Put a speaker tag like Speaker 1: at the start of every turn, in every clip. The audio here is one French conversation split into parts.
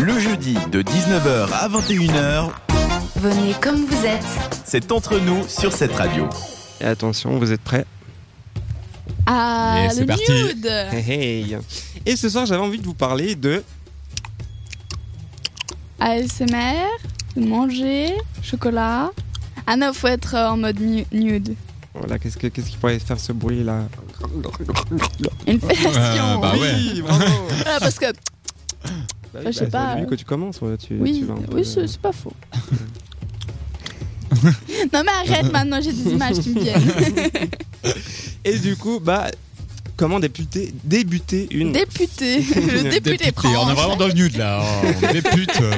Speaker 1: Le jeudi de 19h à 21h,
Speaker 2: Venez comme vous êtes.
Speaker 1: c'est entre nous sur cette radio.
Speaker 3: Et attention, vous êtes prêts
Speaker 2: Ah,
Speaker 4: Yeah,
Speaker 2: le
Speaker 4: c'est parti.
Speaker 2: nude
Speaker 3: Hey, hey. Et ce soir, j'avais envie de vous parler de
Speaker 2: ASMR, manger, chocolat. Ah non, faut être euh, en mode nu- nude.
Speaker 3: voilà, oh qu'est-ce que qu'est-ce qui pourrait faire ce bruit là
Speaker 2: Une fellation.
Speaker 4: Euh,
Speaker 2: Ah
Speaker 4: bah
Speaker 3: oui,
Speaker 4: ouais.
Speaker 3: bravo.
Speaker 2: Voilà, parce que
Speaker 3: Bah oui,
Speaker 2: je sais
Speaker 3: bah,
Speaker 2: pas.
Speaker 3: c'est au début que tu commences, ouais, tu, tu
Speaker 2: oui,
Speaker 3: vas un peu- euh.
Speaker 2: oui c'est c'est pas faux. non mais arrête maintenant, j'ai des images qui me viennent.
Speaker 3: Et du coup, bah comment débuter débuter une
Speaker 2: député, le député
Speaker 4: Député.
Speaker 2: prend.
Speaker 4: On est vraiment dans le nude là. On députe. euh.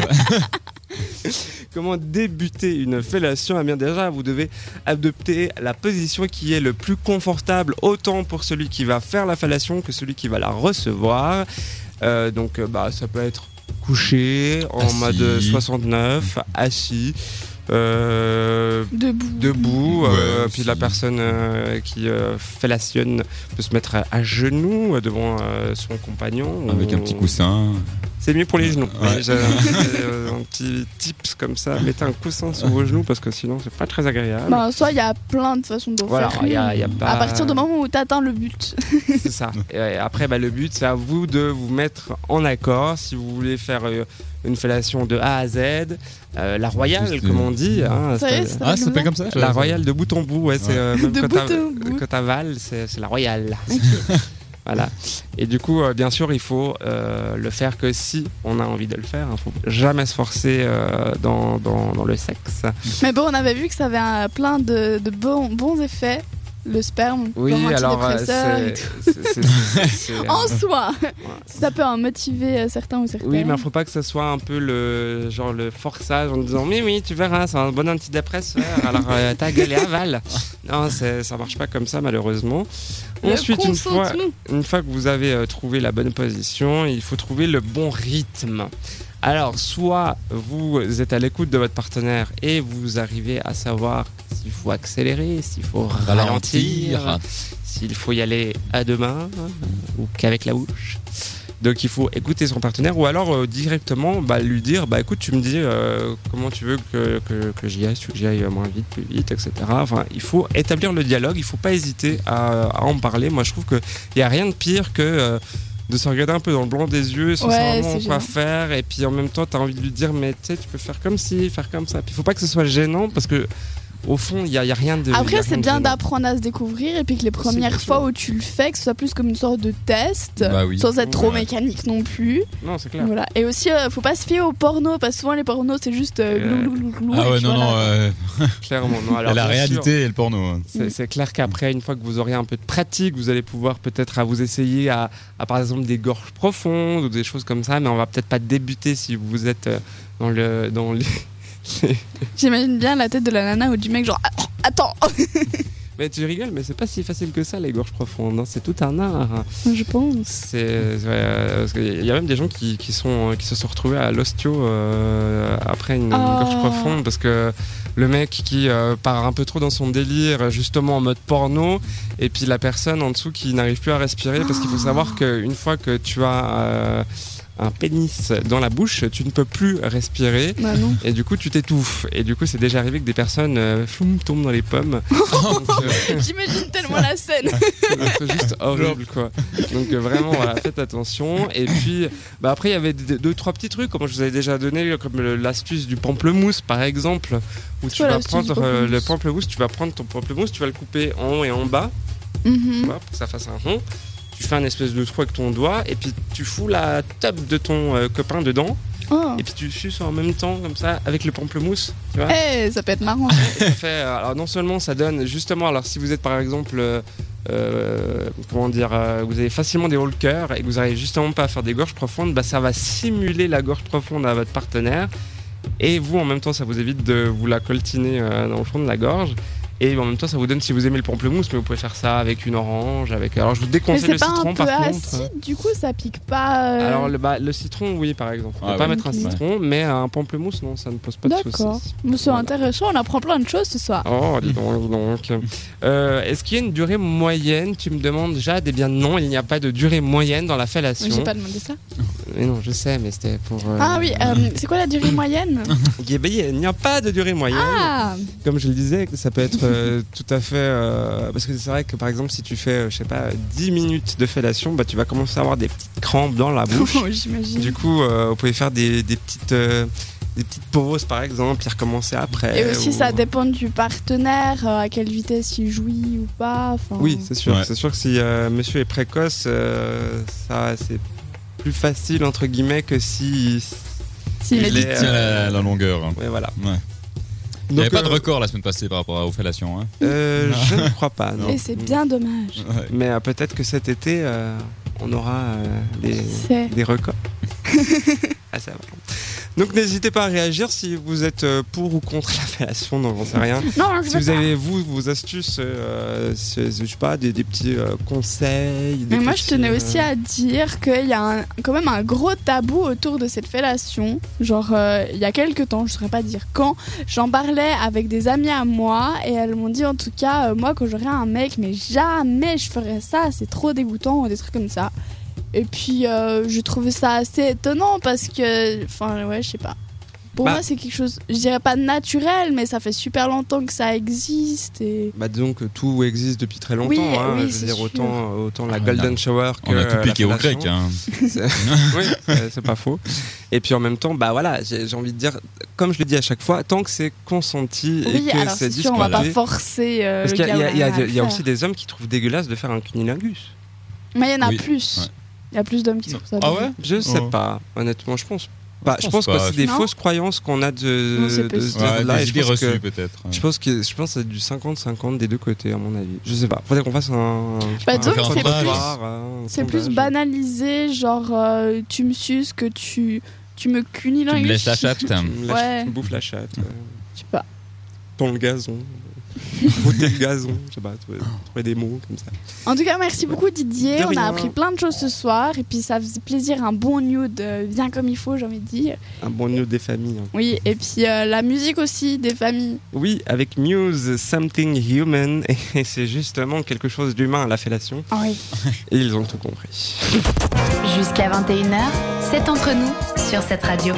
Speaker 3: comment débuter une fellation Eh bien déjà, vous devez adopter la position qui est le plus confortable, autant pour celui qui va faire la fellation que celui qui va la recevoir. Euh, donc, euh, bah, ça peut être couché en
Speaker 4: Assis.
Speaker 3: mode 69, assis. euh,
Speaker 2: Debout.
Speaker 3: debout,
Speaker 4: Ouais,
Speaker 3: euh, puis
Speaker 4: si.
Speaker 3: la personne euh, qui euh, fellationne peut se mettre à, à genoux euh, devant euh, son compagnon.
Speaker 4: Avec un
Speaker 3: ou-
Speaker 4: petit coussin.
Speaker 3: c'est mieux pour les genoux.
Speaker 4: Ouais.
Speaker 3: Mais j'ai- j'ai, euh, un petit tips comme ça, mettez un coussin sous vos genoux parce que sinon c'est pas très agréable.
Speaker 2: Bah, soit il y a plein de façons de
Speaker 3: voilà,
Speaker 2: faire.
Speaker 3: il y a, y a pas.
Speaker 2: À partir du moment où t'atteins le but.
Speaker 3: C'est ça. Et ouais, après, bah, le but, c'est à vous de vous mettre en accord si vous voulez faire euh, une fellation de A à Z, euh, la royale,
Speaker 4: Juste,
Speaker 3: comme
Speaker 4: euh,
Speaker 3: on dit. hein,
Speaker 2: Ça y est,
Speaker 3: c'est-
Speaker 2: c'est
Speaker 4: Ah, ça s'appelle
Speaker 2: comme
Speaker 4: comme ça
Speaker 3: la royale de bout en bout, ouais, c'est euh, même
Speaker 2: De
Speaker 3: quand
Speaker 2: bout
Speaker 3: t'av-
Speaker 2: en bout.
Speaker 3: quand t'avales, c'est c'est la royale. voilà. Et du coup, euh, bien sûr, il faut euh, le faire que si on a envie de le faire. Il faut jamais se forcer euh, dans, dans, dans le sexe.
Speaker 2: Mais bon, on avait vu que ça avait un- plein de, de bons, bons effets. Le sperme,
Speaker 3: Oui,
Speaker 2: comme
Speaker 3: alors euh,
Speaker 2: antidépresseur et
Speaker 3: c'est.
Speaker 2: tout.
Speaker 3: c'est- c'est- c'est- c'est- euh,
Speaker 2: En soi, si ça peut en motiver euh, certains ou certaines.
Speaker 3: Oui, mais faut pas que ce soit un peu le genre le forçage en disant oui oui tu verras c'est un bon antidépresseur alors euh, ta gueule et avale. Non c'est- ça marche pas comme ça malheureusement.
Speaker 2: Le
Speaker 3: Ensuite une fois
Speaker 2: consentement.
Speaker 3: une fois que vous avez euh, trouvé la bonne position, il faut trouver le bon rythme. Alors, soit vous êtes à l'écoute de votre partenaire et vous arrivez à savoir s'il faut accélérer, s'il faut ralentir, s'il faut y aller à deux mains hein, ou qu'avec la bouche. Donc, il faut écouter son partenaire ou alors euh, directement bah, lui dire bah, écoute, tu me dis euh, comment tu veux que, que, que j'y aille, si tu veux que j'y aille moins vite, plus vite, etc. Enfin, il faut établir le dialogue, il faut pas hésiter à, à en parler. Moi, je trouve que il n'y a rien de pire que euh, de se regarder un peu dans le blanc des yeux sans
Speaker 2: Ouais,
Speaker 3: savoir
Speaker 2: c'est
Speaker 3: quoi
Speaker 2: gênant.
Speaker 3: faire. Et puis en même temps, tu as envie de lui dire, mais tu sais, tu peux faire comme ci, faire comme ça. Puis il faut pas que ce soit gênant parce que au fond, il n'y a, il y a rien de. il y a
Speaker 2: Après,
Speaker 3: rien
Speaker 2: c'est
Speaker 3: de
Speaker 2: bien
Speaker 3: gênant.
Speaker 2: d'apprendre à se découvrir et puis que les premières
Speaker 3: bien sûr.
Speaker 2: fois où tu le fais, que ce soit plus comme une sorte de test,
Speaker 4: Bah oui.
Speaker 2: sans être trop
Speaker 4: Ouais.
Speaker 2: mécanique non plus.
Speaker 3: Non, c'est clair.
Speaker 2: Voilà. Et aussi, euh, faut pas se fier aux pornos, parce que souvent les pornos, c'est juste euh,
Speaker 3: Euh,
Speaker 2: glou, glou, glou, glou,
Speaker 4: Ah
Speaker 2: et
Speaker 4: ouais,
Speaker 2: puis
Speaker 4: non,
Speaker 2: voilà.
Speaker 4: non. euh,
Speaker 3: Clairement. Non, alors,
Speaker 4: La
Speaker 3: bien sûr,
Speaker 4: réalité et le porno.
Speaker 3: C'est c'est clair qu'après, une fois que vous aurez un peu de pratique, vous allez pouvoir peut-être à vous essayer à, à, par exemple des gorges profondes ou des choses comme ça, mais on va peut-être pas débuter si vous êtes euh, dans le. Dans le...
Speaker 2: J'imagine bien la tête de la nana ou du mec, genre, Ah, attends,
Speaker 3: mais tu rigoles, mais c'est pas si facile que ça, les gorges profondes. hein. C'est tout un art.
Speaker 2: je pense.
Speaker 3: C'est ouais, euh, parce qu'il y a même des gens qui, qui sont qui se sont retrouvés à l'ostio euh, après une, une
Speaker 2: Ah.
Speaker 3: gorge profonde parce que le mec qui euh, part un peu trop dans son délire justement en mode porno et puis la personne en dessous qui n'arrive plus à respirer parce qu'il faut savoir qu'une fois que tu as euh, un pénis dans la bouche, tu ne peux plus respirer
Speaker 2: Bah non.
Speaker 3: et du coup tu t'étouffes et du coup c'est déjà arrivé que des personnes euh, floum, tombent dans les pommes. Donc, euh,
Speaker 2: J'imagine tellement la scène.
Speaker 3: c'est juste horrible quoi. Donc euh, vraiment voilà, faites attention. Et puis bah, après il y avait deux, deux, trois petits trucs comme je vous avais déjà donné comme le- l'astuce du pamplemousse par exemple où tu
Speaker 2: quoi
Speaker 3: vas
Speaker 2: l'astuce du
Speaker 3: prendre euh, le
Speaker 2: pamplemousse
Speaker 3: pamplemousse, tu vas prendre ton pamplemousse, tu vas le couper en haut et en bas,
Speaker 2: Mhm.
Speaker 3: tu vois, pour que ça fasse un rond. Tu fais un espèce de trou avec ton doigt et puis tu fous la top de ton euh, copain dedans
Speaker 2: Oh.
Speaker 3: et puis tu suces en même temps comme ça avec le pamplemousse, tu vois.
Speaker 2: Eh, ça peut être marrant.
Speaker 3: Ça fait, euh, alors non seulement ça donne justement, alors si vous êtes par exemple, euh, euh, comment dire, euh, vous avez facilement des hauts le cœur et que vous n'arrivez justement pas à faire des gorges profondes, bah, ça va simuler la gorge profonde à votre partenaire et vous en même temps ça vous évite de vous la coltiner euh, dans le fond de la gorge. Et en même temps, ça vous donne si vous aimez le pamplemousse, mais vous pouvez faire ça avec une orange, avec. Alors je vous
Speaker 2: Mais
Speaker 3: déconseille
Speaker 2: c'est
Speaker 3: le
Speaker 2: pas
Speaker 3: citron
Speaker 2: un peu
Speaker 3: par contre. euh.
Speaker 2: acide, du coup, ça pique pas. euh,
Speaker 3: Alors le, bah, le citron, oui, par exemple. On
Speaker 4: Ah
Speaker 3: peut pas
Speaker 4: ouais.
Speaker 3: mettre un
Speaker 2: Ok.
Speaker 3: citron, mais un pamplemousse, non, ça ne pose pas de
Speaker 2: D'accord.
Speaker 3: soucis.
Speaker 2: Mais C'est
Speaker 3: Voilà.
Speaker 2: intéressant, on apprend plein de choses ce soir.
Speaker 3: Oh, dis donc, dis donc. Euh, Est-ce qu'il y a une durée moyenne Tu me demandes, Jade. Eh bien, non, il n'y a pas de durée moyenne dans la
Speaker 2: Mais J'ai
Speaker 3: fellation.
Speaker 2: pas demandé ça.
Speaker 3: Mais non, je sais, mais c'était pour. euh,
Speaker 2: Ah oui, euh, c'est quoi la durée moyenne
Speaker 3: eh bien, Il n'y a pas de durée moyenne.
Speaker 2: Ah
Speaker 3: Comme je le disais, ça peut être euh, tout à fait. euh, parce que c'est vrai que par exemple, si tu fais, euh, je sais pas, 10 minutes de fellation, bah, tu vas commencer à avoir des petites crampes dans la bouche.
Speaker 2: J'imagine.
Speaker 3: du coup, euh, vous pouvez faire des, des petites. euh, des petites pauses par exemple, puis recommencer après.
Speaker 2: Et aussi,
Speaker 3: ou-
Speaker 2: ça dépend du partenaire, euh, à quelle vitesse il jouit ou pas. enfin.
Speaker 3: Oui, c'est sûr.
Speaker 4: Ouais.
Speaker 3: C'est sûr que si euh, monsieur est précoce, euh, ça c'est plus facile entre guillemets que si.
Speaker 2: S'il est
Speaker 3: Il
Speaker 4: Il
Speaker 2: dit-
Speaker 3: est,
Speaker 4: tient
Speaker 3: euh,
Speaker 4: la, la longueur. hein.
Speaker 3: Ouais, voilà.
Speaker 4: Ouais. Il n'y
Speaker 3: Donc,
Speaker 4: avait pas de
Speaker 3: euh,
Speaker 4: record la semaine passée par rapport aux fellations. hein.
Speaker 3: euh, je ne crois pas. non.
Speaker 2: Et c'est bien dommage.
Speaker 3: Mais euh, peut-être que cet été, euh, on aura euh, des,
Speaker 2: C'est-
Speaker 3: des records. à savoir. Donc n'hésitez pas à réagir si vous êtes euh, pour ou contre la fellation, donc j'en sais rien.
Speaker 2: Non, je
Speaker 3: Si
Speaker 2: veux
Speaker 3: vous
Speaker 2: pas.
Speaker 3: avez vous vos astuces, euh, c'est- je sais pas, des, des petits euh, conseils. des
Speaker 2: Mais moi, je
Speaker 3: petits,
Speaker 2: tenais
Speaker 3: euh,
Speaker 2: aussi à dire qu'il y a un- quand même un gros tabou autour de cette fellation. Genre, euh, il y a quelques temps, je saurais pas dire quand, j'en parlais avec des amies à moi et elles m'ont dit en tout cas, euh, moi, quand j'aurai un mec, mais jamais je ferais ça, c'est trop dégoûtant ou des trucs comme ça. Et puis, euh, je trouvais ça assez étonnant parce que, enfin, ouais, je sais pas. Pour
Speaker 3: Bah.
Speaker 2: moi, c'est quelque chose, je dirais pas de naturel, mais ça fait super longtemps que ça existe et.
Speaker 3: Bah disons que tout existe depuis très longtemps.
Speaker 2: Oui,
Speaker 3: hein.
Speaker 2: oui,
Speaker 3: je
Speaker 2: c'est
Speaker 3: veux dire,
Speaker 2: sûr.
Speaker 3: autant, autant la
Speaker 4: Ah,
Speaker 3: Golden
Speaker 4: on a-
Speaker 3: Shower que.
Speaker 4: On a tout
Speaker 3: euh,
Speaker 4: piqué
Speaker 3: la
Speaker 4: aux
Speaker 3: fellation.
Speaker 4: Grecs. hein.
Speaker 3: Oui, euh, c'est pas faux. Et puis en même temps, bah voilà, j'ai j'ai envie de dire, comme je le dis à chaque fois, tant que c'est consenti et
Speaker 2: Oui,
Speaker 3: que
Speaker 2: alors
Speaker 3: c'est
Speaker 2: c'est sûr, on va pas
Speaker 3: discuté.
Speaker 2: forcer. euh,
Speaker 3: Parce
Speaker 2: le
Speaker 3: qu'il y a,
Speaker 2: gars
Speaker 3: il y
Speaker 2: ou la
Speaker 3: a- il y a-
Speaker 2: nana à
Speaker 3: il y a
Speaker 2: le faire.
Speaker 3: aussi des hommes qui trouvent dégueulasse de faire un cunilingus.
Speaker 2: Mais il y en a
Speaker 4: Oui.
Speaker 2: plus. Il
Speaker 4: Ouais.
Speaker 2: y a plus d'hommes qui sont ça.
Speaker 4: Ah ouais
Speaker 3: Je sais
Speaker 4: Oh.
Speaker 3: pas, honnêtement, je pense pas. Je pense
Speaker 4: pense
Speaker 3: que
Speaker 4: pas,
Speaker 3: c'est
Speaker 4: je-
Speaker 3: des
Speaker 2: Non
Speaker 3: fausses croyances qu'on a de,
Speaker 2: Non, c'est
Speaker 3: de
Speaker 2: possible.
Speaker 3: ce
Speaker 4: Ouais,
Speaker 3: genre-là.
Speaker 4: des
Speaker 3: Et je
Speaker 4: idées
Speaker 3: pense que-
Speaker 4: reçues peut-être.
Speaker 3: Je pense que je pense que c'est du 50-50 des deux côtés à mon avis. Je sais pas. Faudrait qu'on fasse un.
Speaker 2: Bah,
Speaker 3: un
Speaker 2: disons que c'est
Speaker 3: sondage,
Speaker 4: plus-
Speaker 3: un
Speaker 2: C'est plus
Speaker 3: sondage.
Speaker 2: banalisé, genre euh, tu me suces que tu tu me
Speaker 4: Tu
Speaker 2: cunilingues.
Speaker 4: me laisses la chatte.
Speaker 3: Tu me lâches-
Speaker 2: Ouais.
Speaker 3: tu me bouffes la chatte. euh,
Speaker 2: Je sais pas.
Speaker 3: dans le gazon. Bouter le gazon. Je sais pas. Trouver, trouver des mots comme ça.
Speaker 2: En tout cas, merci beaucoup Didier.
Speaker 3: De
Speaker 2: On
Speaker 3: rien.
Speaker 2: a appris plein de choses ce soir et puis ça faisait plaisir un bon nude euh, bien comme il faut, j'ai envie de dire.
Speaker 3: Un bon nœud des familles. hein.
Speaker 2: Oui, et puis euh, la musique aussi des familles.
Speaker 3: Oui, avec Muse, Something Human. Et c'est justement quelque chose d'humain, la fellation.
Speaker 2: Ah oui.
Speaker 3: Et ils ont tout compris.
Speaker 5: Jusqu'à 21h, c'est entre nous sur cette radio.